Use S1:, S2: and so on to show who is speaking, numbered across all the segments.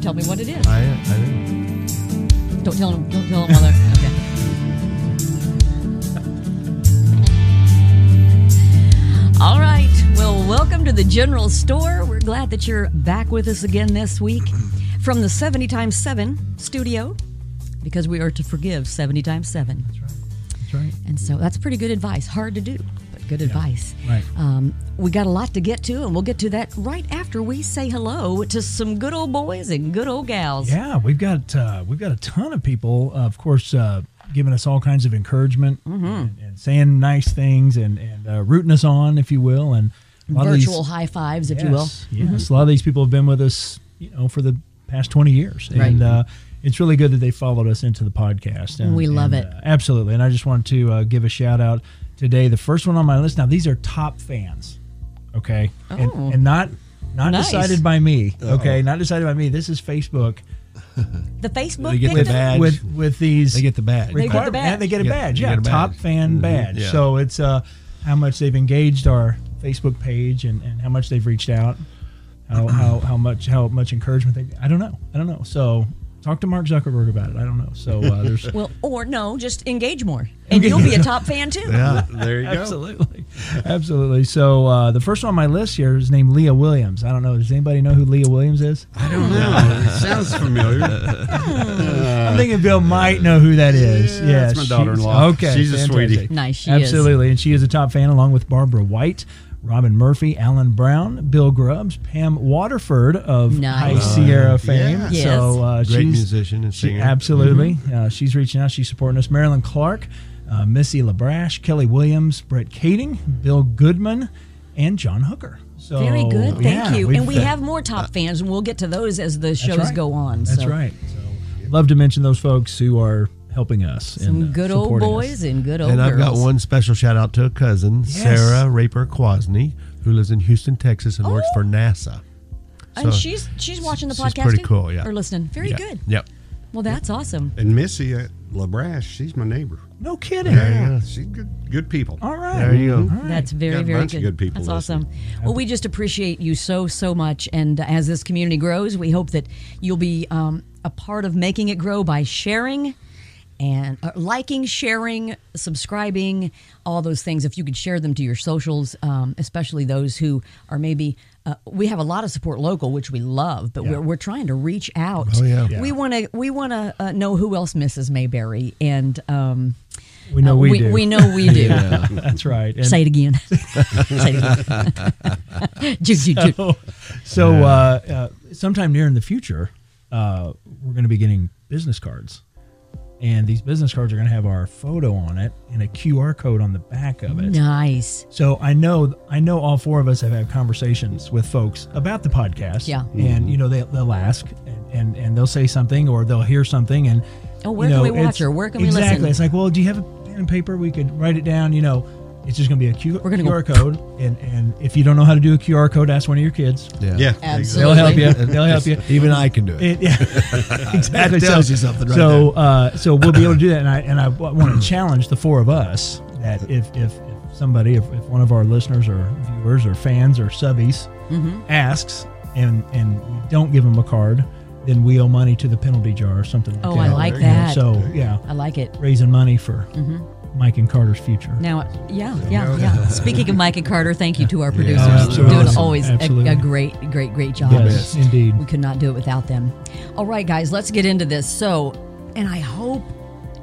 S1: tell me what it is.
S2: I, I didn't.
S1: Don't tell them. Don't tell them while they're. Okay. All right. Well, welcome to the General Store. We're glad that you're back with us again this week from the 70 times 7 studio because we are to forgive 70 times 7.
S2: That's right. That's right.
S1: And so that's pretty good advice. Hard to do, but good advice.
S2: right.
S1: Um, we got a lot to get to, and we'll get to that right after we say hello to some good old boys and good old gals.
S2: Yeah, we've got uh, we've got a ton of people, uh, of course, uh, giving us all kinds of encouragement and, and saying nice things and and uh, rooting us on, if you will, and a lot
S1: Virtual
S2: of these,
S1: high fives, if
S2: yes,
S1: you will.
S2: yes, a lot of these people have been with us, you know, for the past twenty years,
S1: Right.
S2: and uh, it's really good that they followed us into the podcast. And
S1: We love
S2: and,
S1: it.
S2: uh, absolutely. And I just wanted to uh, give a shout out today. The first one on my list. Now these are top fans, okay,
S1: Oh.
S2: and, and not. Not
S1: Nice.
S2: decided by me. Okay, not decided by me. This is Facebook
S1: The Facebook
S3: They get the
S1: victim?
S3: badge.
S2: with with these
S3: They get the badge.
S1: They get the
S2: requirement-
S1: badge.
S2: and they get a
S3: Yeah,
S2: badge.
S3: you
S2: Yeah,
S3: get a badge. Mm-hmm.
S2: top fan badge.
S3: yeah.
S2: So it's uh, how much they've engaged our Facebook page and, and how much they've reached out, how,
S3: Mm-hmm.
S2: how how much how much encouragement they. I don't know. I don't know. So talk to Mark Zuckerberg about it. I don't know. So uh, there's
S1: Well, or no, just engage more, and you'll be a top fan too.
S3: Yeah, there you go.
S2: absolutely, absolutely. So uh, the first one on my list here is named Leah Williams. I don't know. Does anybody know who Leah Williams is?
S3: I don't know. It sounds familiar.
S2: I'm thinking Bill might know who that is.
S3: yeah,
S2: Yeah,
S3: that's my
S2: she's-
S3: daughter-in-law.
S2: Okay,
S3: She's a sweetie.
S1: Nice, she is.
S2: absolutely, and she is a top fan along with Barbara White, Robin Murphy, Alan Brown, Bill Grubbs, Pam Waterford of
S1: Nice.
S2: High Sierra fame.
S3: yeah.
S1: Yes.
S2: So uh,
S3: Great
S2: she's
S3: Uh, musician and
S2: she,
S3: singer. Mm-hmm.
S2: absolutely, uh, she's reaching out. She's supporting us. Marilyn Clark, uh, Missy Labrash, Kelly Williams, Brett Kading, Bill Goodman, and John Hooker. So
S3: Oh,
S1: Very good, thank
S2: yeah,
S1: you.
S2: we've-
S1: And we have more
S3: Uh,
S1: top fans, and we'll get to those as the shows
S2: right.
S1: go on.
S2: That's
S1: so.
S2: right. So, love to mention those folks who are helping us.
S1: Some
S2: and, uh,
S1: good old
S2: supporting us.
S1: boys and good old
S3: and I've
S1: girls.
S3: got one special shout out to a cousin, Sarah Raper Quasney, who lives in Houston, Texas, and works
S1: Oh.
S3: for NASA.
S1: and
S3: so
S1: she's she's watching the
S3: she's
S1: podcast.
S3: pretty
S1: too?
S3: cool, yeah.
S1: Or listening. Very
S3: Yeah.
S1: good.
S3: Yep.
S1: Well, that's awesome.
S4: And Missy at LaBrash, she's my neighbor.
S2: No kidding.
S4: Yeah, she's good. Good people.
S2: All right.
S3: There you go.
S2: All right.
S1: That's very,
S4: Got a
S1: very
S4: bunch
S1: good.
S4: of good people
S1: That's
S4: listening.
S1: awesome. Well, we just appreciate you so, so much. And uh, as this community grows, we hope that you'll be um, a part of making it grow by sharing and uh, liking, sharing, subscribing, all those things. If you could share them to your socials, um, especially those who are maybe. Uh, we have a lot of support local, which we love, but we're, we're trying to reach out.
S3: Oh, yeah. Yeah.
S1: We want to we want to uh, know who else misses Mayberry, and um,
S2: We know
S1: uh,
S2: we, do.
S1: We know we do.
S2: That's right. And
S1: Say it again. Say it again. Ju- ju- ju-
S2: so uh, uh, sometime near in the future, uh, we're going to be getting business cards. And these business cards are going to have our photo on it and a QR code on the back of it.
S1: Nice.
S2: So I know I know all four of us have had conversations with folks about the podcast.
S1: Yeah.
S2: And you know they, they'll ask and, and and they'll say something or they'll hear something and
S1: Oh, where
S2: you
S1: can
S2: know,
S1: we watch
S2: it's-
S1: or where can we
S2: exactly,
S1: listen?
S2: It's like, well, do you have a pen and paper? We could write it down. You know, it's just going to be a Q,
S1: We're gonna go-
S2: QR code. And and if you don't know how to do a QR code, ask one of your kids.
S3: Yeah.
S4: Yeah.
S1: Absolutely.
S2: They'll help you. They'll help you.
S3: Even I can do it.
S2: It, yeah, exactly.
S3: That tells you something right
S2: so, uh, so we'll be able to do that, and I and I want to challenge the four of us that if if, if somebody, if, if one of our listeners or viewers or fans or subbies
S3: Mm-hmm.
S2: asks, and and we don't give them a card, then we owe money to the penalty jar or something. Like
S1: Oh,
S2: that.
S1: I like
S2: You know,
S1: that. Mm-hmm.
S2: So yeah,
S1: I like it.
S2: raising money for Mike and Carter's future.
S1: Now, yeah, yeah, yeah. Speaking of Mike and Carter, thank you to our producers.
S2: Oh, absolutely.
S1: Doing always a,
S2: Absolutely.
S1: a great, great, great job.
S2: Yes, indeed.
S1: We could not do it without them. All right, guys, let's get into this. So, and I hope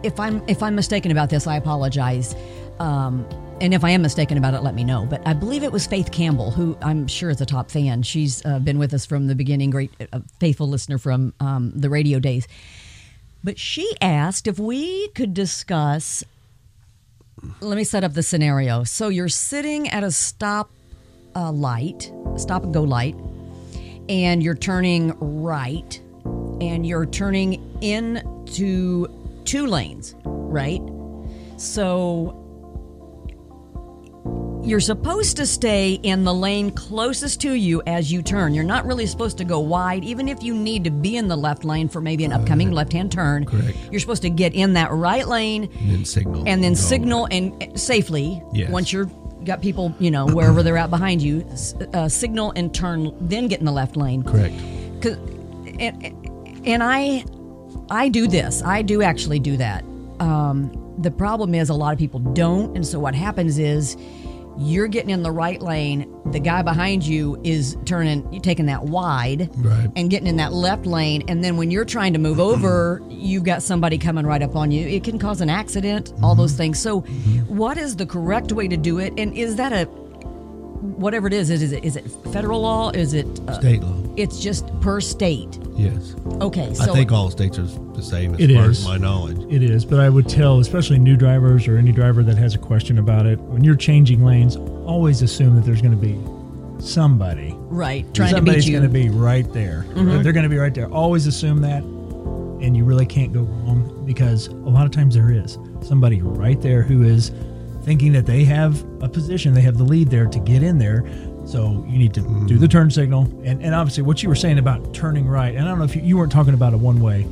S1: if I'm if I'm mistaken about this, I apologize. Um, and if I am mistaken about it, let me know. But I believe it was Faith Campbell, who I'm sure is a top fan. She's uh, been with us from the beginning, great uh, faithful listener from um, the radio days. But she asked if we could discuss. Let me set up the scenario. So you're sitting at a stop uh, light, stop and go light, and you're turning right, and you're turning into two lanes, right? So you're supposed to stay in the lane closest to you as you turn. You're not really supposed to go wide, even if you need to be in the left lane for maybe an upcoming left hand turn.
S3: correct.
S1: You're supposed to get in that right lane
S3: And then signal.
S1: and then
S3: Oh, No.
S1: signal and uh, safely
S3: Yes.
S1: once you're got people you know wherever they're out behind you s- uh, signal and turn then get in the left lane
S3: Correct.
S1: because and, And I, I do this. I do actually do that. Um, the problem is a lot of people don't, and so what happens is you're getting in the right lane. The guy behind you is turning. You're taking that wide
S3: Right.
S1: and getting in that left lane, and then when you're trying to move over, you've got somebody coming right up on you. It can cause an accident. All those
S3: Mm-hmm.
S1: things. So, what is the correct way to do it? And is that a whatever it is? Is it is it federal law? Is it uh,
S3: State law.
S1: It's just per state.
S3: oh, Yes.
S1: Okay, so
S3: I think all states are the same as
S2: It
S3: far
S2: is.
S3: as my knowledge.
S2: It is, but I would tell, especially new drivers or any driver that has a question about it, when you're changing lanes, always assume that there's going to be somebody.
S1: right trying to
S2: Somebody's
S1: beat you. Mm-hmm.
S2: going to be right there. They're going to be right there. Always assume that, and you really can't go wrong because a lot of times there is somebody right there who is thinking that they have a position, they have the lead there to get in there. So you need to do the turn signal, and, and obviously what you were saying about turning right, and I don't know if you, you weren't talking about a one way.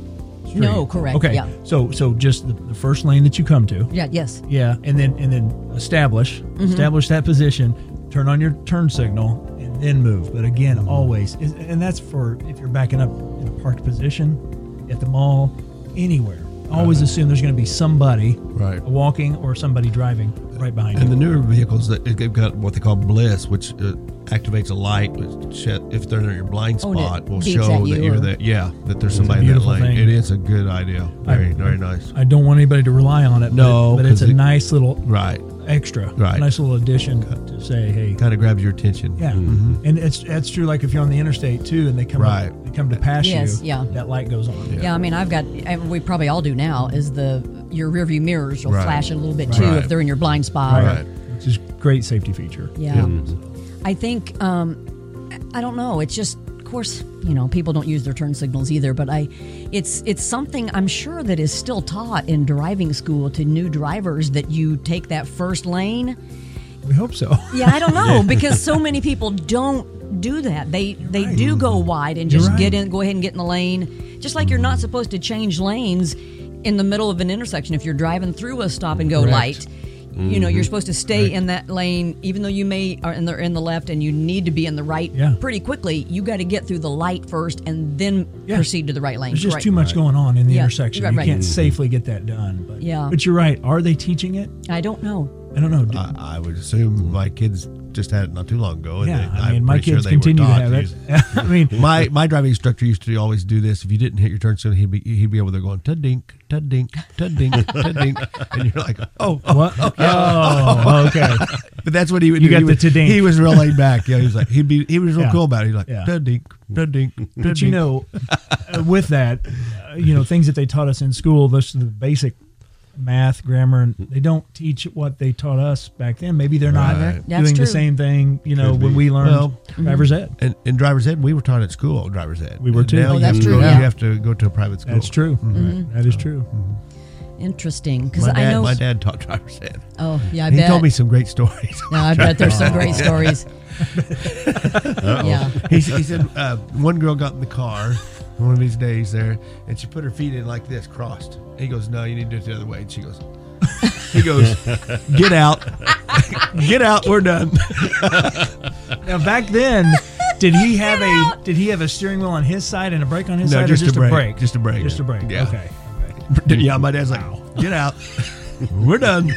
S1: No, correct,
S2: Okay.
S1: yeah.
S2: So so just the, the first lane that you come to.
S1: yeah, yes.
S2: Yeah, and then and then establish
S1: Mm-hmm.
S2: establish that position, turn on your turn signal, and then move. But again,
S3: Mm-hmm.
S2: always, is- and that's for if you're backing up in a parked position, at the mall, anywhere. Always assume there's going to be somebody
S3: Uh-huh. Right.
S2: walking or somebody driving right behind
S3: And
S2: you.
S3: the newer vehicles that they've got what they call bliss, which uh, activates a light, which sh- if they're in your blind
S1: Oh, and it
S3: spot, will
S1: beeps
S3: show
S1: at
S3: that
S1: you
S3: you're
S1: or-
S3: there. Yeah, that there's somebody in that
S2: beautiful
S3: lane.
S2: thing.
S3: It is a good idea.
S2: I-
S3: Very, very nice.
S2: I don't want anybody to rely on it. but it-
S3: No,
S2: but, it's
S3: 'cause
S2: a
S3: it-
S2: nice little
S3: Right.
S2: extra,
S3: Right.
S2: nice little addition to say, hey,
S3: Kind of grabs your attention.
S2: Yeah, and it's that's true. Like if you're on the interstate too, and they come
S3: Mm-hmm. Right.
S2: up, they come to pass
S1: Yes,
S2: you,
S1: yeah.
S2: that light goes on.
S1: Yeah, I mean, I've got. and We probably all do now. Is the your rearview mirrors will
S3: Right.
S1: flash a little bit too
S3: Right.
S1: if they're in your blind spot.
S3: Right.
S2: which is great safety feature.
S1: Yeah. I think um, I don't know. It's just, of course, you know, people don't use their turn signals either. But I, it's it's something I'm sure that is still taught in driving school to new drivers that you take that first lane.
S2: We hope so.
S1: Yeah, I don't know because so many people don't do that. They they
S2: right.
S1: do go wide and just
S2: right.
S1: get in, go ahead and get in the lane, just like you're not supposed to change lanes in the middle of an intersection if you're driving through a stop and go
S2: Correct. Mm-hmm.
S1: light. You know, you're supposed to stay in that lane, even though you may are in the in the left and you need to be in the right
S2: Yeah.
S1: pretty quickly. You got to get through the light first and then
S2: Yeah.
S1: proceed to the right lane.
S2: There's just
S1: Correct.
S2: too much going on in the
S1: Yeah,
S2: intersection.
S1: right,
S2: you
S1: right.
S2: can't
S3: Mm-hmm.
S2: safely get that done. But,
S1: Yeah.
S2: but you're right. Are they teaching it?
S1: I don't know.
S2: I don't know. Do-
S3: I, I would assume my kids just had it not too long ago. And
S2: yeah,
S3: they,
S2: I mean,
S3: am
S2: my
S3: pretty
S2: kids
S3: sure they were
S2: continue to
S3: taught
S2: have it.
S3: use
S2: I mean,
S3: My my driving instructor used to always do this. If you didn't hit your turn signal, he'd be he'd be over there going tud dink, tud dink, tud dink, tud dink, and you're like, oh, oh.
S2: what? Oh, okay.
S3: but that's what he would
S2: You
S3: do.
S2: got
S3: he
S2: the
S3: was,
S2: tud-dink.
S3: He was real laid back. Yeah, he was like he'd be he was real
S2: Yeah.
S3: cool about it. He's like
S2: Yeah.
S3: tud dink, tud dink, tud dink.
S2: But you know, uh, with that, uh, you know, things that they taught us in school, those are the basic math, grammar, and they don't teach what they taught us back then. Maybe they're not
S3: Right.
S1: That's
S2: doing
S1: true. mm-hmm.
S2: the same thing, you know,
S3: Could
S2: when
S3: be.
S2: we learned
S3: Well,
S2: driver's ed.
S3: And, and driver's ed, we were taught at school. Driver's ed,
S2: We were
S3: And
S2: too.
S3: Now
S2: Oh,
S3: you
S1: that's
S3: have to
S1: true,
S3: Go,
S1: yeah.
S3: You have to go to a private school.
S2: That's true.
S3: Mm-hmm.
S2: That is true.
S1: Interesting because
S3: My
S1: I
S3: dad,
S1: know.
S3: my dad taught driver's ed.
S1: Oh yeah, I
S3: he
S1: bet.
S3: told me some great stories.
S1: No, I bet there's some great stories. yeah.
S3: he, s- he said uh, one girl got in the car one of these days there, and she put her feet in like this, crossed. And he goes, "No, you need to do it the other way." And she goes, "He goes, get out, get out. We're done."
S2: Now back then, did he have a did he have a steering wheel on his side and a brake on his
S3: No,
S2: side,
S3: just
S2: or
S3: a
S2: just
S3: brake,
S2: a brake?
S3: just a brake.
S2: Just a brake.
S3: Yeah.
S2: Okay.
S3: yeah, my dad's like, "Get out, we're done."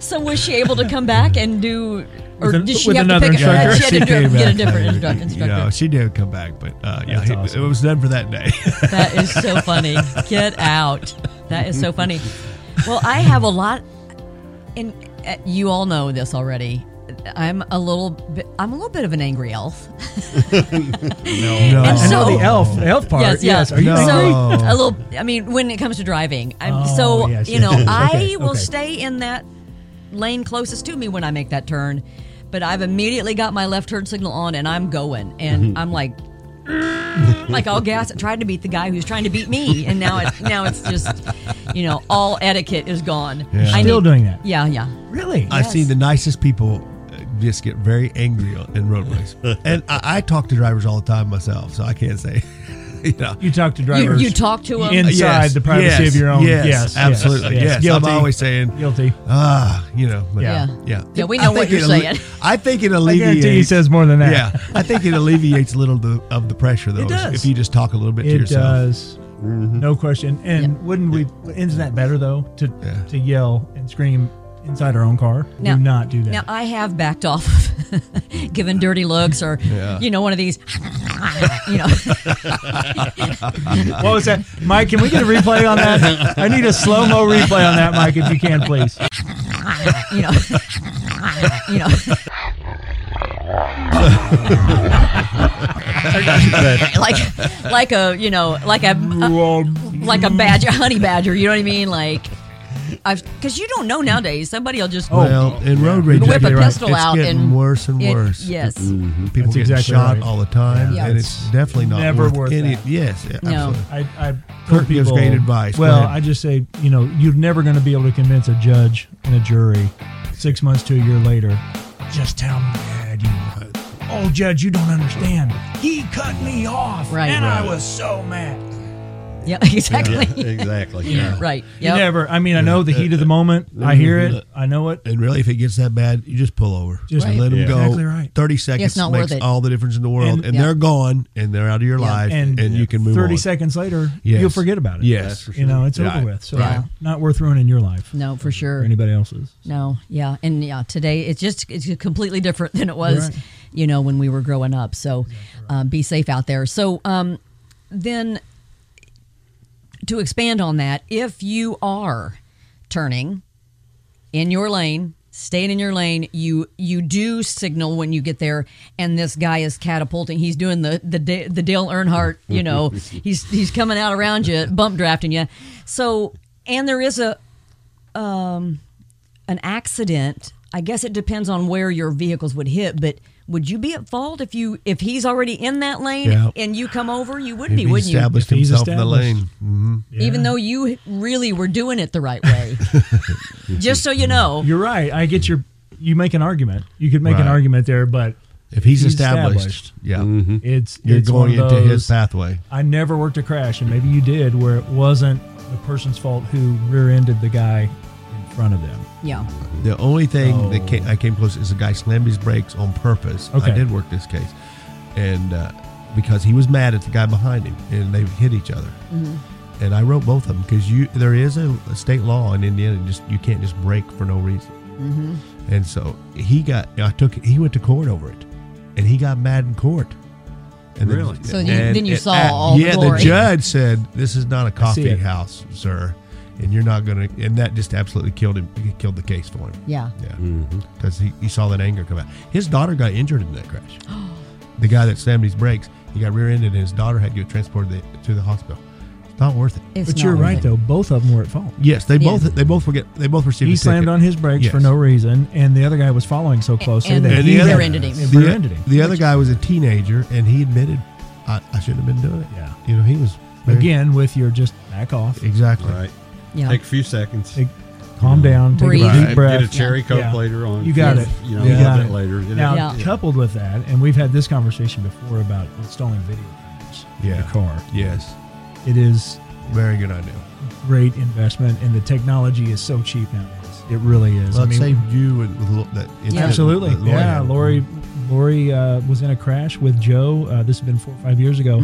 S1: So was she able to come back and do, or
S2: With an-
S1: did she
S2: with
S1: have to
S2: another
S1: pick a,
S2: instructor?
S1: she had to
S2: She
S1: do,
S2: came
S1: get a
S2: back.
S1: different instru- instructor?
S3: No, she did come back, but uh, yeah,
S2: That's
S3: he-
S2: awesome.
S3: it was done for that day.
S1: That is so funny. Get out. That is so funny. Well, I have a lot, and uh, you all know this already. I'm a little bit. I'm a little bit of an angry elf.
S3: no.
S1: And
S2: I know
S1: so-
S2: the elf the elf part.
S1: Yes, yes.
S2: Are you
S3: No.
S2: angry?
S1: so a little? I mean, when it comes to driving, I'm,
S2: Oh,
S1: so
S2: yes,
S1: you
S2: yes,
S1: know,
S2: yes.
S1: I
S2: Okay,
S1: will
S2: okay.
S1: stay in that lane closest to me when I make that turn, but I've immediately got my left turn signal on and I'm going, and I'm like, like all gas, trying to beat the guy who's trying to beat me, and now it's now it's just, you know, all etiquette is gone.
S3: Yeah.
S1: I
S2: Still
S1: need-
S2: doing that.
S1: Yeah, yeah.
S2: Really?
S3: I've seen
S1: Yes.
S3: the nicest people uh, just get very angry on- in roadways. and I, I talk to drivers all the time myself, so I can't say. you know.
S2: You talk to
S1: You,
S2: drivers.
S1: you talk to them.
S2: In- inside the privacy
S3: yes,
S2: of your own-
S3: Yes,
S2: yes,
S3: absolutely.
S2: yes,
S3: Yes,
S2: yes.
S3: I'm
S2: Guilty.
S3: always saying
S2: guilty.
S3: ah, you know. but-
S1: yeah.
S3: yeah,
S1: Yeah, we
S3: I
S1: know what
S3: think
S1: you're
S3: it alle-
S1: saying.
S3: I think it
S2: I
S3: alleviates.
S2: guarantee he says more than that.
S3: yeah, I think it alleviates a little the, of the pressure though.
S2: does.
S3: If you just talk a little bit to
S2: It
S3: yourself. Mm-hmm.
S2: does. No question. And wouldn't we? Isn't that better though? To
S3: Yeah.
S2: to yell and scream inside our own car.
S1: Now-
S2: do not do that.
S1: Now I have backed off, of given dirty looks or
S3: Yeah.
S1: you know one of these, you know.
S2: what was that, Mike? Can we get a replay on that? I need a slow mo replay on that, Mike, if you can, please.
S1: you know, you know, like, like a, you know, like a, like a badger, honey badger. You know what I mean? Like, I've because you don't know nowadays. Somebody will
S2: Oh,
S1: just
S3: Well, in road rage,
S1: Whip a
S3: you're right.
S1: pistol
S3: it's
S1: out
S3: getting
S1: and-
S3: worse and
S1: it-
S3: worse.
S1: yes,
S3: people
S2: That's
S3: get
S2: exactly
S3: shot
S2: right.
S3: all the time,
S1: Yeah.
S3: and it's definitely not
S2: Never
S3: worth,
S2: worth
S3: any.
S2: that.
S3: Yes, yeah,
S1: No.
S3: absolutely.
S2: I, I
S3: Kurt gives great advice. Go
S2: Well,
S3: ahead.
S2: I just say, you know, you're never going to be able to convince a judge and a jury six months to a year later. Just tell me that you were. Oh, judge, you don't understand. He cut me off,
S1: Right.
S2: and I
S1: Right.
S2: was so mad.
S1: yeah, exactly,
S4: exactly.
S1: right,
S2: You
S1: yeah,
S2: Never. I mean, I know the heat of the moment. I hear it. I know it.
S3: And really, if it gets that bad, you just pull over. Just
S1: Right.
S3: let them
S4: Yeah.
S3: go.
S2: Exactly right.
S3: Thirty seconds
S1: It's not
S3: makes
S1: worth it.
S3: all the difference in the world,
S2: And-
S3: and,
S1: Yeah.
S3: they're gone, and they're out of your life,
S2: And
S3: and, you can move
S2: Thirty
S3: on.
S2: seconds later,
S3: Yes.
S2: you'll forget about it.
S3: Yes. That's for
S2: You know, it's
S3: Right.
S2: over with. So,
S1: Right.
S2: not worth ruining your life
S1: no, for
S2: or
S1: sure,
S2: anybody else's.
S1: no, yeah, and yeah. Today it's just it's completely different than it was,
S2: Right.
S1: you know, when we were growing up. So, uh, be safe out there. So, um, then to expand on that, if you are turning in your lane, staying in your lane, you you do signal when you get there, and this guy is catapulting. He's doing the the Da- the Dale Earnhardt, you know, he's he's coming out around you, bump drafting you. So, and there is a um, an accident. I guess it depends on where your vehicles would hit, but would you be at fault if you if he's already in that lane
S3: Yeah.
S1: and you come over? You would
S3: If
S1: be,
S3: he's
S1: wouldn't you?
S3: established
S2: If he's
S3: himself in the
S2: established.
S3: lane. Mhm.
S1: even though you really were doing it the right way. Just so you know,
S2: You're right. I get your. You make an argument. You could make an
S3: Right.
S2: argument there, but
S3: If he's,
S2: He's
S3: established,
S2: established.
S3: yeah,
S1: Mm-hmm.
S2: it's
S3: you're
S2: it's
S3: going
S2: one of
S3: into
S2: those-
S3: his pathway.
S2: I never worked a crash, and maybe you did, where it wasn't the person's fault who rear-ended the guy in front of them.
S1: yeah,
S3: The only thing
S2: Oh.
S3: that came, I came close is a guy slammed his brakes on purpose.
S2: Okay.
S3: I did work this case, and uh, because he was mad at the guy behind him, and they hit each other.
S2: Mm-hmm.
S3: And I wrote both of them because you there is a, a state law in Indiana just you can't just break for no reason.
S2: Mm-hmm.
S3: And so he got I took he went to court over it, and he got mad in court. And
S4: Really?
S1: So you- then you saw all the
S3: yeah,
S1: glory.
S3: the judge said this is not a
S2: see
S3: coffee
S2: it.
S3: house, sir, and you're not gonna. And that just absolutely killed him. It killed the case for him.
S1: yeah.
S3: Yeah,
S2: Mm-hmm.
S3: because he, he saw that anger come out. His daughter got injured in that crash. the guy that slammed his brakes, he got rear-ended, and his daughter had to get transported the, to the hospital. It's not worth it.
S1: It's
S2: but you're
S1: not
S2: right,
S1: worth it.
S2: though. Both of them were at fault.
S3: Yes, they
S1: Yeah.
S3: both they both were get they both received.
S2: He
S3: a
S2: slammed
S3: ticket.
S2: on his brakes for
S3: Yes.
S2: no reason, and the other guy was following so closely
S1: and
S2: that
S1: the
S2: he
S1: other-
S2: had-
S1: Rear-ended him.
S2: and
S3: The,
S2: rear-ended him.
S3: the other guy was a teenager, and he admitted, I, I shouldn't have been doing it.
S2: Yeah.
S3: you know he was very-
S2: Again, with your just back off,
S3: exactly.
S4: Right.
S1: Yeah.
S4: Take a few seconds.
S2: Take- calm down, take
S1: Breathe.
S2: a deep
S1: Right.
S2: breath.
S4: Get a cherry coke
S2: Yeah.
S4: later on.
S2: You got
S1: Yes.
S2: it.
S4: You know,
S2: You
S4: a
S2: got
S4: little bit
S2: it.
S4: later. you
S2: Now,
S4: know.
S1: Yeah.
S2: coupled with that, and we've had this conversation before about installing video cameras in
S3: Yeah.
S2: the car.
S3: Yes,
S2: It is
S3: very good idea.
S2: great investment, and the technology is so cheap nowadays. It really is.
S3: Well,
S2: I
S3: it
S2: mean,
S3: saved you with, with a little- that. incident
S2: absolutely.
S3: that Lori
S2: yeah,
S3: had.
S2: Lori. Lori uh, was in a crash with Joe. Uh, this has been four or five years ago.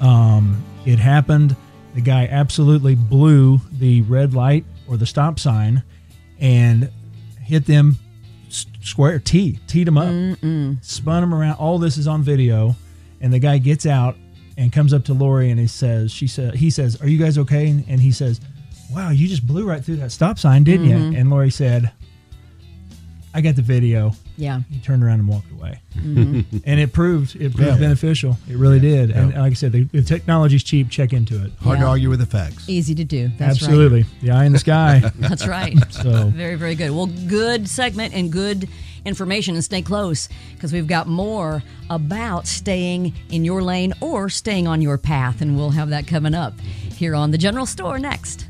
S2: Um, it happened. The guy absolutely blew the red light or the stop sign, and hit them s- square T, teed them up, spun them around. All this is on video, and the guy gets out and comes up to Lori and he says, "She said, he says, are you guys okay?" And, and he says, "Wow, you just blew right through that stop sign, didn't you?" And Lori said, "I got the video."
S1: Yeah.
S2: He turned around and walked away, and it proved it proved
S3: Yeah.
S2: beneficial. It really did. And
S3: Yeah.
S2: like I said, the, the technology's cheap. Check into it.
S3: Hard
S1: Yeah.
S3: to argue with the facts.
S1: Easy to do. That's Right.
S2: Absolutely, the eye in the sky.
S1: That's right.
S2: So.
S1: very, very good. Well, good segment and good information, and stay close because we've got more about staying in your lane or staying on your path, and we'll have that coming up here on the General Store next.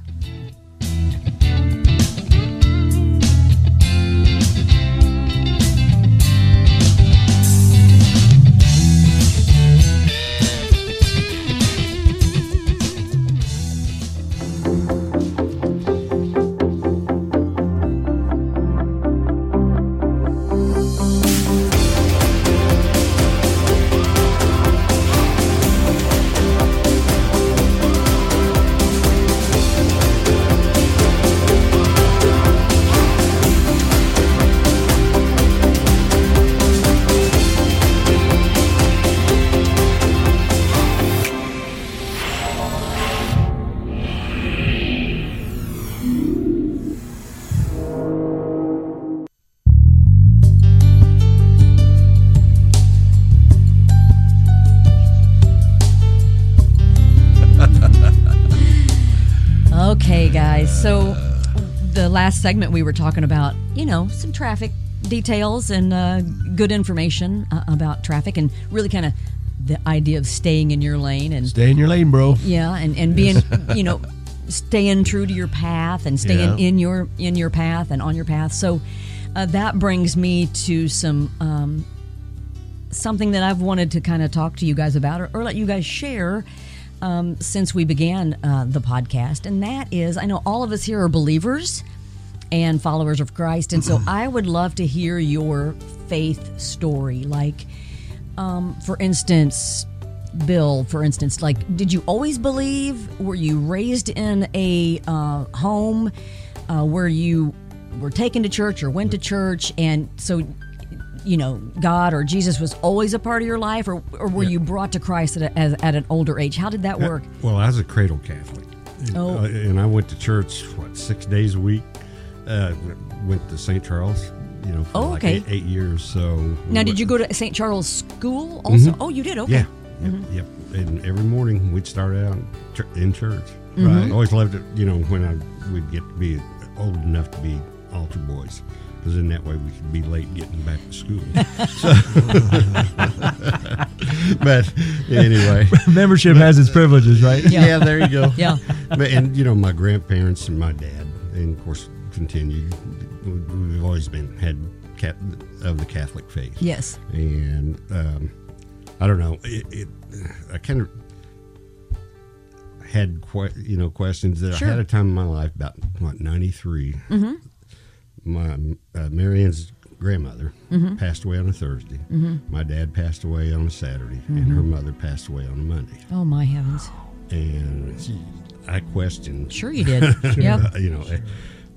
S1: Okay, guys. So the last segment we were talking about, you know, some traffic details and uh, good information uh, about traffic and really kind of the idea of staying in your lane and
S3: Stay in your lane, bro.
S1: yeah, and and being you know staying true to your path and staying
S3: Yeah.
S1: in your in your path and on your path. So uh, that brings me to some um, something that I've wanted to kind of talk to you guys about or, or let you guys share. Um, since we began uh, the podcast, and that is, I know all of us here are believers and followers of Christ, and so I would love to hear your faith story. Like, um, for instance, Bill, for instance, like, did you always believe? Were you raised in a uh, home uh, where you were taken to church or went to church? And so, you know, God or Jesus was always a part of your life, or, or were you brought to Christ at, a, as, at an older age? How did that work?
S4: Well, I was a cradle Catholic. And,
S1: Oh.
S4: uh, and I went to church, what, six days a week? Uh, went to St. Charles, you know, for
S1: Oh,
S4: like
S1: okay.
S4: eight, eight years. So we
S1: Now,
S4: went-
S1: did you go to St. Charles School also? Oh, you did? Okay.
S4: Mm-hmm.
S1: Mm-hmm.
S4: Yeah. Yep, yep. And every morning we'd start out ch- in church.
S1: Mm-hmm.
S4: Right. Always loved it, you know, when I would get to be old enough to be altar boys, because then that way we could be late getting back to school. So- but anyway,
S2: Membership has its privileges, right?
S1: Yeah.
S4: yeah. there you go.
S1: Yeah.
S4: But, and you know, my grandparents and my dad, and of course, continued. we- We've always been had cat of the Catholic faith
S1: Yes.
S4: and um, I don't know. It, it I kind of had que- you know questions that
S1: Sure. Mm-hmm.
S4: I had a time in my life about what ninety My uh, Marianne's grandmother
S1: Mm-hmm.
S4: passed away on a Thursday. My dad passed away on a Saturday,
S1: Mm-hmm.
S4: and her mother passed away on a Monday.
S1: Oh, my heavens.
S4: And she, I questioned
S1: Sure, you did. Yeah.
S4: uh, you know, I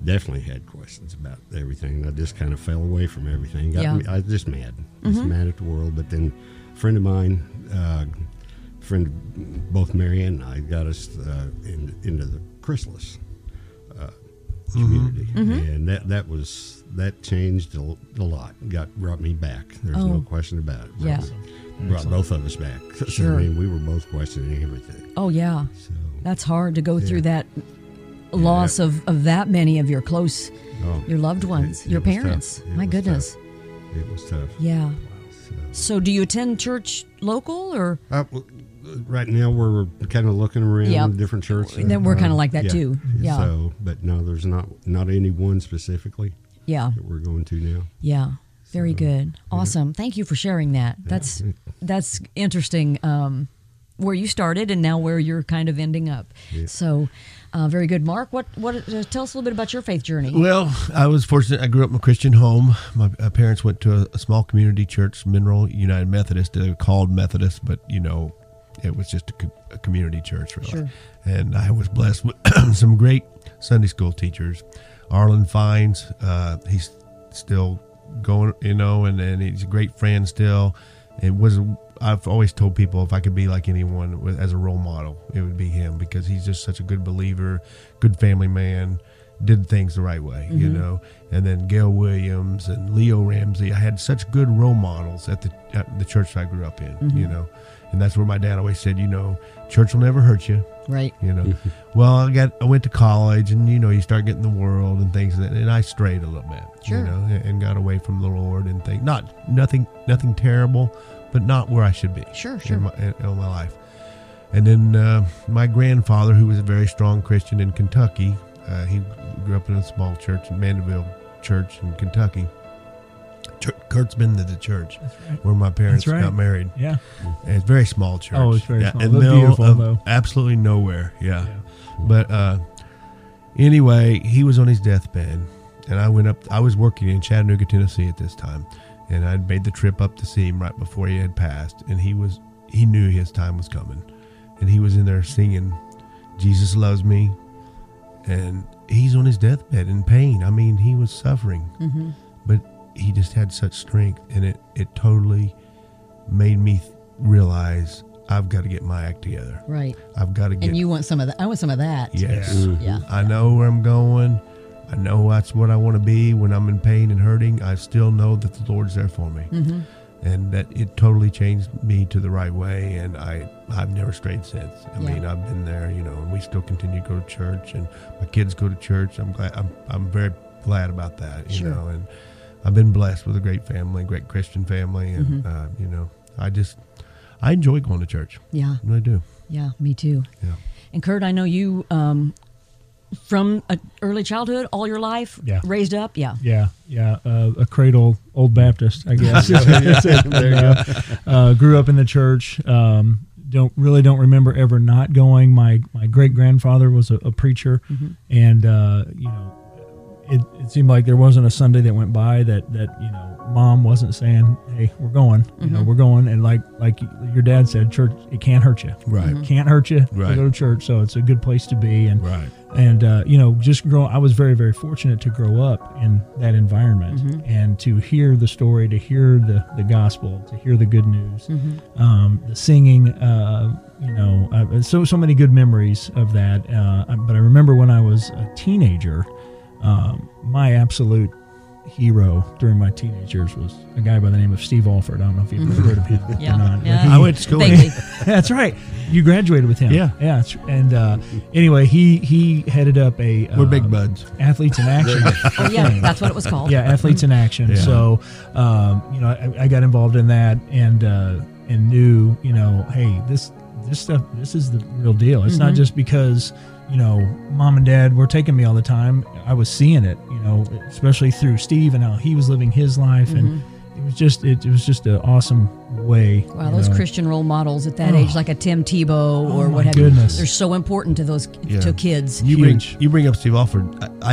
S4: definitely had questions about everything. I just kind of fell away from everything. Got
S1: Yeah. Mm-hmm.
S4: me- I was just mad, just mad at the world. But then, a friend of mine, uh, friend, of both Marianne and I, got us uh, in, into the chrysalis uh, community,
S1: Mm-hmm.
S4: and that that was that changed a, l- a lot. Got brought me back. There's
S1: Oh.
S4: no question about it.
S1: Yeah.
S4: Brought both of us back. So,
S1: Sure.
S4: I mean, we were both questioning everything.
S1: Oh, yeah.
S4: So,
S1: That's hard to go through that loss of, of that many of your close,
S4: oh,
S1: your loved ones,
S4: it
S1: your
S4: was tough.
S1: parents.
S4: It
S1: My
S4: was
S1: goodness.
S4: it was tough.
S1: Yeah.
S4: So-
S1: So, do you attend church local or?
S4: Uh, w- right now, we're kind of looking around
S1: Yep.
S4: the different churches.
S1: And then we're kinda like that,
S4: yeah.
S1: too. Yeah.
S4: So, but no, there's not not any one specifically
S1: Yeah.
S4: that we're going to now.
S1: Yeah. Very good. Awesome. Thank you for sharing that. That's that's interesting. Um, where you started and now where you're kind of ending up. So, uh, very good, Mark. What what? Uh, tell us a little bit about your faith journey.
S3: Well, I was fortunate. I grew up in a Christian home. My uh, parents went to a, a small community church, Mineral United Methodist. They were called Methodist, but you know, it was just a, co- a community church, really.
S1: Sure.
S3: And I was blessed with some great Sunday school teachers. Arlen Fines, uh, he's still going, you know, and, and he's a great friend still. It was. I've always told people if I could be like anyone with- as a role model, it would be him because he's just such a good believer, good family man did things the right way, you know. And then Gail Williams and Leo Ramsey. I had such good role models at the at the church I grew up in, you know. And that's where my dad always said, you know, church will never hurt you,
S1: Right.
S3: you know.
S2: Mm-hmm.
S3: well, I got I went to college, and you know, you start getting the world and things, and, and I strayed a little bit,
S1: Sure.
S3: you know, and, and got away from the Lord and things. Not nothing, nothing terrible, but not where I should be.
S1: Sure,
S3: in
S1: sure.
S3: my- in, in my life. And then uh, my grandfather, who was a very strong Christian in Kentucky, uh, he grew up in a small church in Mandeville Church in Kentucky. Chur- Kurtzman to the church where my parents
S2: That's right.
S3: got married.
S2: Yeah.
S3: And it's a very small church.
S2: Oh, it's very
S3: yeah,
S2: small.
S3: in
S2: But
S3: the middle
S2: beautiful,
S3: of
S2: though.
S3: Absolutely nowhere. Yeah. But uh, anyway, he was on his deathbed, and I went up. I was working in Chattanooga, Tennessee at this time, and I'd made the trip up to see him right before he had passed, and he was he knew his time was coming, and he was in there singing, "Jesus loves me," and he's on his deathbed in pain. I mean, he was suffering,
S1: Mm-hmm.
S3: but he just had such strength, and it it totally made me th- realize I've got to get my act together.
S1: Right.
S3: I've got to get
S1: And you want some of that? I want some of that.
S3: yes.
S1: Yeah.
S3: I know where I'm going. I
S1: Mm-hmm.
S3: know that's what I want to be when I'm in pain and hurting. I still know that the Lord's there for me. and that it totally changed me to the right way. And I I've never strayed since. I
S1: Yeah.
S3: mean, I've been there, you know, and we still continue to go to church, and my kids go to church. I'm glad. I'm I'm very glad about that. You
S1: Sure.
S3: know, and I've been blessed with a great family, great Christian family,
S1: Mm-hmm.
S3: and uh, you know, I just I enjoy going to church.
S1: Yeah.
S3: I really do.
S1: Yeah, me too.
S3: Yeah.
S1: And Kurt, I know you um, from a early childhood, all your life,
S2: Yeah.
S1: raised up. Yeah.
S2: Yeah, yeah, uh, a cradle, old Baptist, I guess. That's it. Uh, uh, grew up in the church. Um, don't really don't remember ever not going. My my great grandfather was a, a preacher, and uh, you know, it, it seemed like there wasn't a Sunday that went by that that you know mom wasn't saying, "Hey, we're going," you know, "We're going," and like like your dad said, church it can't hurt you,
S3: Right.
S2: It can't hurt you.
S3: Right.
S2: to go to church, so it's a good place to be, and
S3: Right.
S2: and uh, you know just grow i was very very fortunate to grow up in that environment
S1: Mm-hmm.
S2: and to hear the story to hear the, the gospel to hear the good news
S1: Mm-hmm.
S2: um, the singing uh, you know uh, so so many good memories of that uh, I- but i remember when i was a teenager um, my absolute hero during my teenage years was a guy by the name of steve alford i don't know if you've ever heard of him
S1: Mm-hmm. Yeah.
S2: or not but
S1: Yeah.
S2: he-
S3: I went to school.
S1: Vaguely.
S2: that's right. You graduated with him.
S3: Yeah.
S2: yeah. it's- And uh, anyway, he he headed up a uh,
S3: We're big buds.
S2: athletes in action.
S1: Oh, yeah. That's what it was called.
S2: yeah, athletes in action.
S3: Yeah.
S2: So, um, you know, I, I got involved in that and uh, and knew, you know, hey, this this stuff, this is the real deal. It's
S3: Mm-hmm.
S2: not just because you know, mom and dad were taking me all the time. I was seeing it, you know, especially through Steve and how he was living his life and. It was just it, it was just an awesome way.
S1: Mm-hmm. Wow,
S2: you
S1: those
S2: know. Oh.
S1: Christian role models at that age, like a Tim Tebow or
S2: my
S1: what have
S2: goodness.
S1: you, they're so important to those
S3: Yeah.
S1: to kids.
S3: You
S2: Huge.
S3: bring you bring up Steve Alford. I, I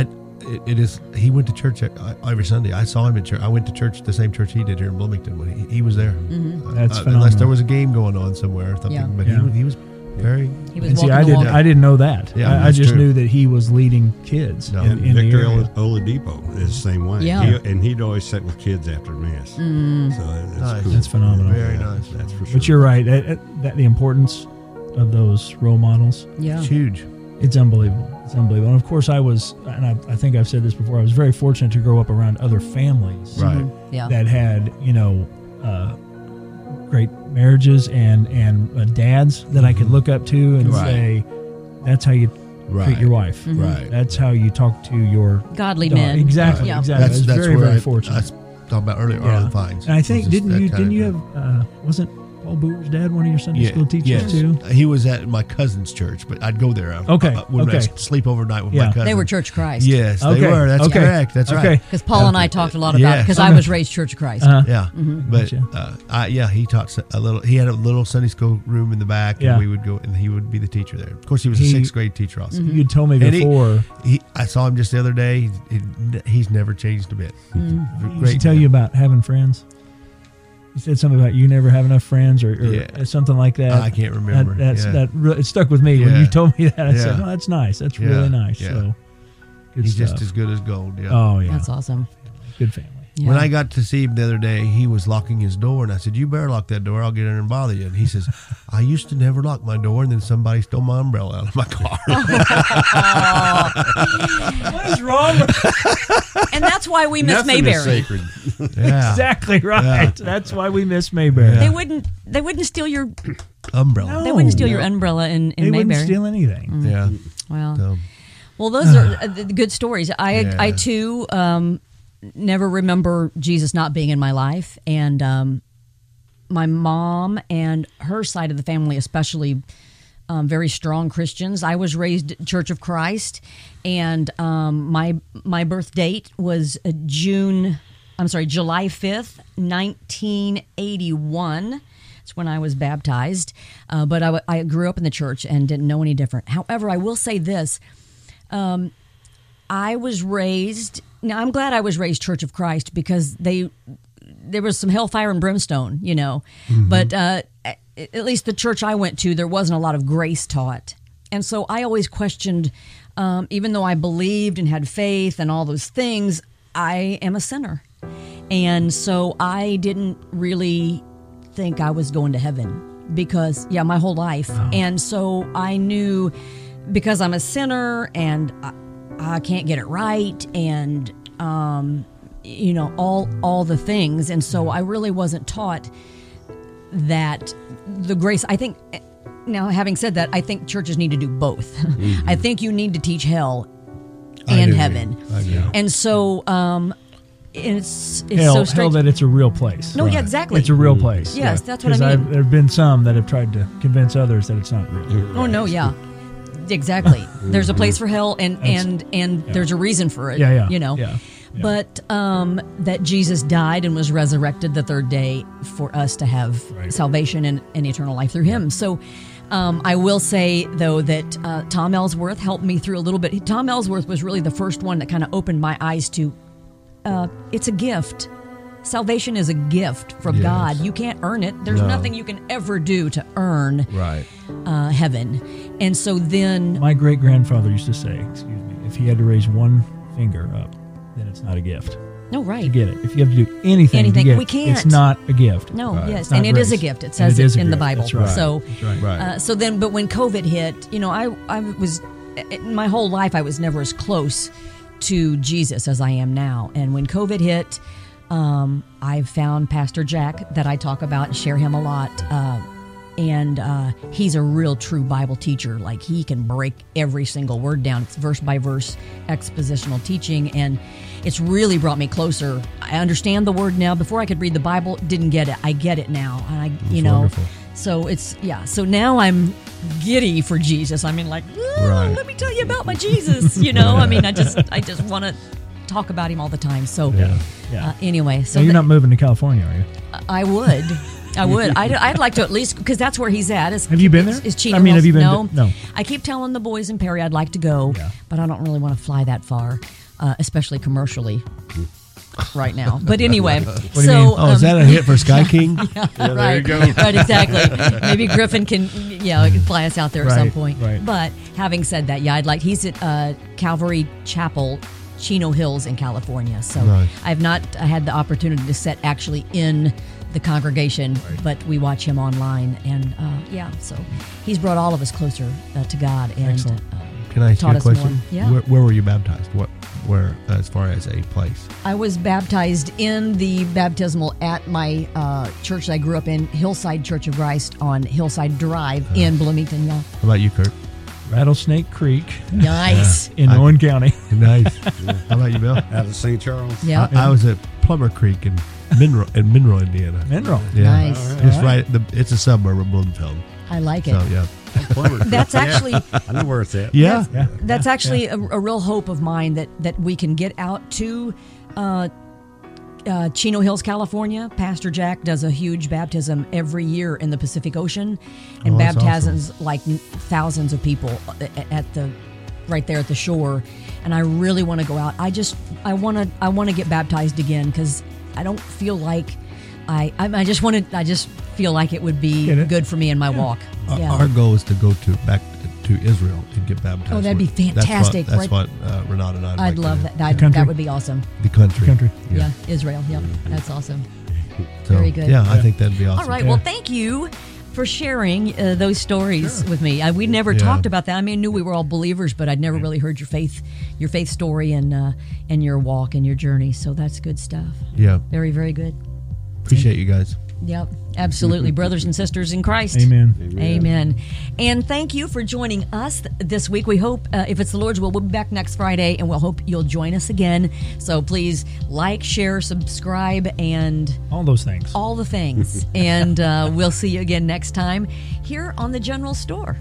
S3: it, it is he went to church uh, every Sunday. I saw him at church. I went to church the same church he did here in Bloomington when he, he was there. Uh,
S2: That's
S3: unless
S2: phenomenal.
S3: there was a game going on somewhere or something.
S1: Mm-hmm. Yeah.
S3: But
S2: Yeah.
S3: He, he was very
S1: He was
S2: And see,
S1: walking
S2: I
S1: the
S2: didn't,
S1: walk.
S2: I didn't know that.
S3: Yeah,
S2: I, I
S3: that's
S2: just
S3: true.
S2: knew that he was leading kids.
S3: No.
S2: in,
S4: And
S2: in the
S4: Victor
S2: area.
S4: Ola- Oladipo is the same way.
S1: Yeah. Mm.
S4: He, and he'd always sit with kids after mass. So that's
S3: Nice.
S4: cool.
S2: That's phenomenal.
S4: Yeah,
S3: Very nice.
S4: That's for sure.
S2: But you're right. That, that- that the importance of those role models.
S1: yeah.
S3: it's huge.
S2: It's unbelievable. It's unbelievable. And of course, I was, and I, I think I've said this before. I was very fortunate to grow up around other families
S3: Right.
S1: Mm-hmm. Yeah.
S2: that had, you know, uh, great marriages and and uh, dads that I could
S3: Mm-hmm.
S2: look up to and
S4: Right.
S2: say, "That's how you treat
S4: Right.
S2: your wife.
S4: Right.
S2: That's how you talk to your
S1: Mm-hmm. Godly
S2: daughter."
S1: men.
S2: Exactly.
S1: Yeah.
S2: Exactly. I was very very fortunate.
S3: I, I talked about earlier.
S2: Yeah.
S3: Arlen Fines.
S2: And I
S3: He's
S2: think
S3: just
S2: didn't
S3: that
S2: you
S3: kind
S2: didn't
S3: of
S2: you
S3: guy.
S2: have uh, wasn't Paul Boer's dad one of your Sunday school teachers
S3: yes.
S2: too?
S3: He was at my cousin's church, but I'd go there. I,
S2: Okay,
S3: I, when
S2: okay.
S3: I sleep overnight with
S2: Yeah.
S3: my cousin.
S1: They were Church Christ.
S3: Yes,
S2: Okay,
S3: they were. That's
S2: okay,
S3: correct. That's
S2: okay.
S3: right.
S1: Because Paul and I talked a lot about it
S3: Yes.
S1: because I was raised Church of Christ.
S2: Uh,
S3: Yeah, but uh, I, yeah, he taught s- a little. He had a little Sunday school room in the back,
S2: Yeah.
S3: and we would go, and he would be the teacher there. Of course, he was
S2: He-
S3: a sixth grade teacher also.
S2: Mm-hmm. You told me
S3: And he-
S2: before.
S3: He, I saw him just the other day. He, he n- he's never changed a bit.
S2: Mm-hmm. He, used to tell you about having friends. You said something about you never have enough friends or, or
S3: Yeah.
S2: something like that.
S3: I can't remember.
S2: That, that's,
S3: Yeah.
S2: that re- it stuck with me when
S3: Yeah.
S2: you told me that. I said,
S3: Yeah.
S2: "Oh, that's nice. That's
S3: Yeah,
S2: really nice."
S3: yeah.
S2: So good
S3: He's
S2: stuff.
S3: just as good as gold. Yeah.
S2: oh yeah,
S1: That's awesome.
S2: good family.
S1: Yeah.
S3: When I got to see him the other day, he was locking his door, and I said, "You better lock that door. I'll get in there and bother you." And he says, "I used to never lock my door, and then somebody stole my umbrella out of my car."
S2: What is wrong with
S1: and that's why we miss
S4: Nothing is
S1: Mayberry.
S4: sacred.
S3: yeah,
S2: exactly right? That's why we miss Mayberry.
S1: They wouldn't. They wouldn't steal your.
S3: umbrella.
S1: They
S2: No,
S1: wouldn't steal your umbrella in, in
S2: They
S1: Mayberry.
S2: wouldn't steal anything.
S3: Yeah.
S1: well,
S3: So,
S1: Well, those are uh, the good stories. I
S3: Yeah.
S1: I too um, never remember Jesus not being in my life, and um, my mom and her side of the family, especially, um, very strong Christians. I was raised Church of Christ, and um, my my birth date was uh, June. I'm sorry, July 5th, 1981. It's when I was baptized, uh, but I, w- I grew up in the church and didn't know any different. However, I will say this. I was raised. Now I'm glad I was raised Church of Christ because they there was some hellfire and brimstone, you know. But uh, at, at least the church I went to, there wasn't a lot of grace taught, and so I always questioned. Um, even though I believed and had faith and all those things, I am a sinner, and so I didn't really think I was going to heaven because yeah, my whole life, and so I knew because I'm a sinner and. I, I can't get it right, and um, you know all all the things and so i really wasn't taught that the grace i think now having said that i think churches need to do both i think you need to teach hell and
S3: do.
S1: heaven
S3: Mm-hmm. I do.
S1: and so um it's it's
S2: hell,
S1: so
S2: hell
S1: strange
S2: that it's a real place.
S1: no yeah exactly
S2: It's a real place.
S1: Yes, that's what I
S2: 'Cause
S1: mean.
S2: I've, there have been some that have tried to convince others that it's not real.
S1: oh no yeah exactly there's a place for hell and and and there's a reason for it
S2: Yeah, yeah,
S1: you know
S2: yeah, yeah.
S1: but um that jesus died and was resurrected the third day for us to have
S2: Right.
S1: salvation and, and eternal life through him so um, I will say though that uh, Tom Ellsworth helped me through a little bit. Tom Ellsworth was really the first one that kind of opened my eyes to uh, it's a gift. Salvation is a gift from
S3: Yes.
S1: God. You can't earn it. There's
S3: No.
S1: nothing you can ever do to earn
S3: Right.
S1: uh, heaven. And so then,
S2: My great grandfather used to say, "Excuse me, if he had to raise one finger up, then it's not a gift.
S1: no,
S2: You
S1: right.
S2: get it? If you have to do anything, to
S1: Anything.
S2: get
S1: We
S2: it, It's
S1: can't.
S2: not a gift.
S1: No, yes.
S2: not
S1: And it is a
S2: grace.
S1: gift. It
S2: And
S1: says
S2: it
S1: it,
S2: is a
S1: in the
S2: gift.
S1: Bible.
S2: That's right.
S1: So,
S3: Right.
S1: uh, so then, but when COVID hit, you know, I, I was, eh, my whole life, I was never as close to Jesus as I am now. And when COVID hit, um, I found Pastor Jack that I talk about and share him a lot. Uh, and uh, he's a real true Bible teacher. Like he can break every single word down. It's verse by verse expositional teaching, and it's really brought me closer. I understand the word now. Before I could read the Bible, didn't get it. I get it now, and I, you know,
S3: wonderful.
S1: so it's yeah. So now I'm giddy for Jesus. I mean, like, "Ooh,
S3: Right.
S1: let me tell you about my Jesus. You know, I mean, I just I just want to talk about him all the time. So
S2: Yeah, yeah.
S1: Uh, anyway,
S2: So
S1: so
S2: you're
S1: the-
S2: not moving to California, are you?
S1: I would. I would. I'd, I'd like to at least because that's where he's at. Is,
S2: Have you been
S1: Is,
S2: there?
S1: is Chino
S2: I mean, have you
S1: Hills.
S2: been
S1: No,
S2: to- no.
S1: I keep telling the boys in Perry I'd like to go,
S2: Yeah.
S1: but I don't really want to fly that far, uh, especially commercially, right now. But anyway,
S2: you
S1: so um,
S2: mean?
S3: Oh, is that a hit for Sky King?
S4: there
S1: right,
S4: you go.
S1: right, exactly. Maybe Griffin can, yeah, fly us out there at some
S2: Right,
S1: point.
S2: right.
S1: But having said that, yeah, I'd like. He's at uh, Calvary Chapel, Chino Hills in California. So
S3: Nice.
S1: I've not had the opportunity to sit actually in the congregation, but we watch him online, and uh, yeah, so he's brought all of us closer uh, to God. And
S2: Excellent.
S1: uh,
S3: Can I ask
S1: Taught
S3: you a
S1: us more.
S3: question?
S1: Yeah.
S3: Where, where were you baptized? What? Where? uh, As far as a place?
S1: I was baptized in the baptismal at my uh, church that I grew up in, Hillside Church of Christ on Hillside Drive in Bloomington. Yeah.
S3: How about you, Kirk?
S2: Rattlesnake Creek
S1: Nice.
S2: in
S3: I-
S2: Owen County.
S3: Nice. How about you, Bill?
S4: Out of St. Charles.
S1: Yeah.
S3: I, I was at Plumber Creek in Monroe, in Monroe, Indiana.
S2: Mineral.
S3: Yeah.
S1: Nice.
S3: It's right. The, it's a suburb of Bloomfield.
S1: I like it.
S3: So yeah.
S4: Plumber.
S1: That's actually
S4: I know where it's at.
S3: Yeah.
S2: Yeah.
S1: that's actually a, a real hope of mine that that we can get out to uh, uh, Chino Hills, California. Pastor Jack does a huge baptism every year in the Pacific Ocean, and
S3: Oh, that's
S1: baptizes like thousands of people uh, a- at the right there at the shore. And I really want to go out. I just I want to I want to get baptized again because I don't feel like. I, I I just wanted I just feel like it would be
S2: Get it. Uh,
S1: good for me in my walk.
S3: Our, our goal is to go to back to Israel and get baptized.
S1: Oh, that'd be
S3: That's what-
S1: fantastic.
S3: That's
S1: Right-
S3: what, uh, Renata and I. would
S1: I'd
S3: like
S1: love
S3: to
S1: that. That,
S2: country.
S1: that would be awesome.
S3: do. The country.
S2: Country.
S1: Yeah. Israel. Yep. That's awesome.
S3: So,
S1: very good.
S3: Yeah, I think that'd be awesome.
S1: All right. Well, thank you for sharing uh, those stories with me. I, we never
S3: Yeah.
S1: talked about that. I mean, I knew we were all believers, but I'd never really heard your faith, your faith story, and uh, and your walk and your journey. So that's good stuff.
S3: Yeah.
S1: Very, very good.
S3: Appreciate you guys.
S1: Yep. Absolutely, brothers and sisters in Christ.
S2: Amen.
S1: Mm-hmm. Amen. And thank you for joining us th- this week. We hope, uh, if it's the Lord's will, we'll be back next Friday and we'll hope you'll join us again. So please like, share, subscribe, and
S2: All those things.
S1: all the things. and uh, we'll see you again next time here on The General Store.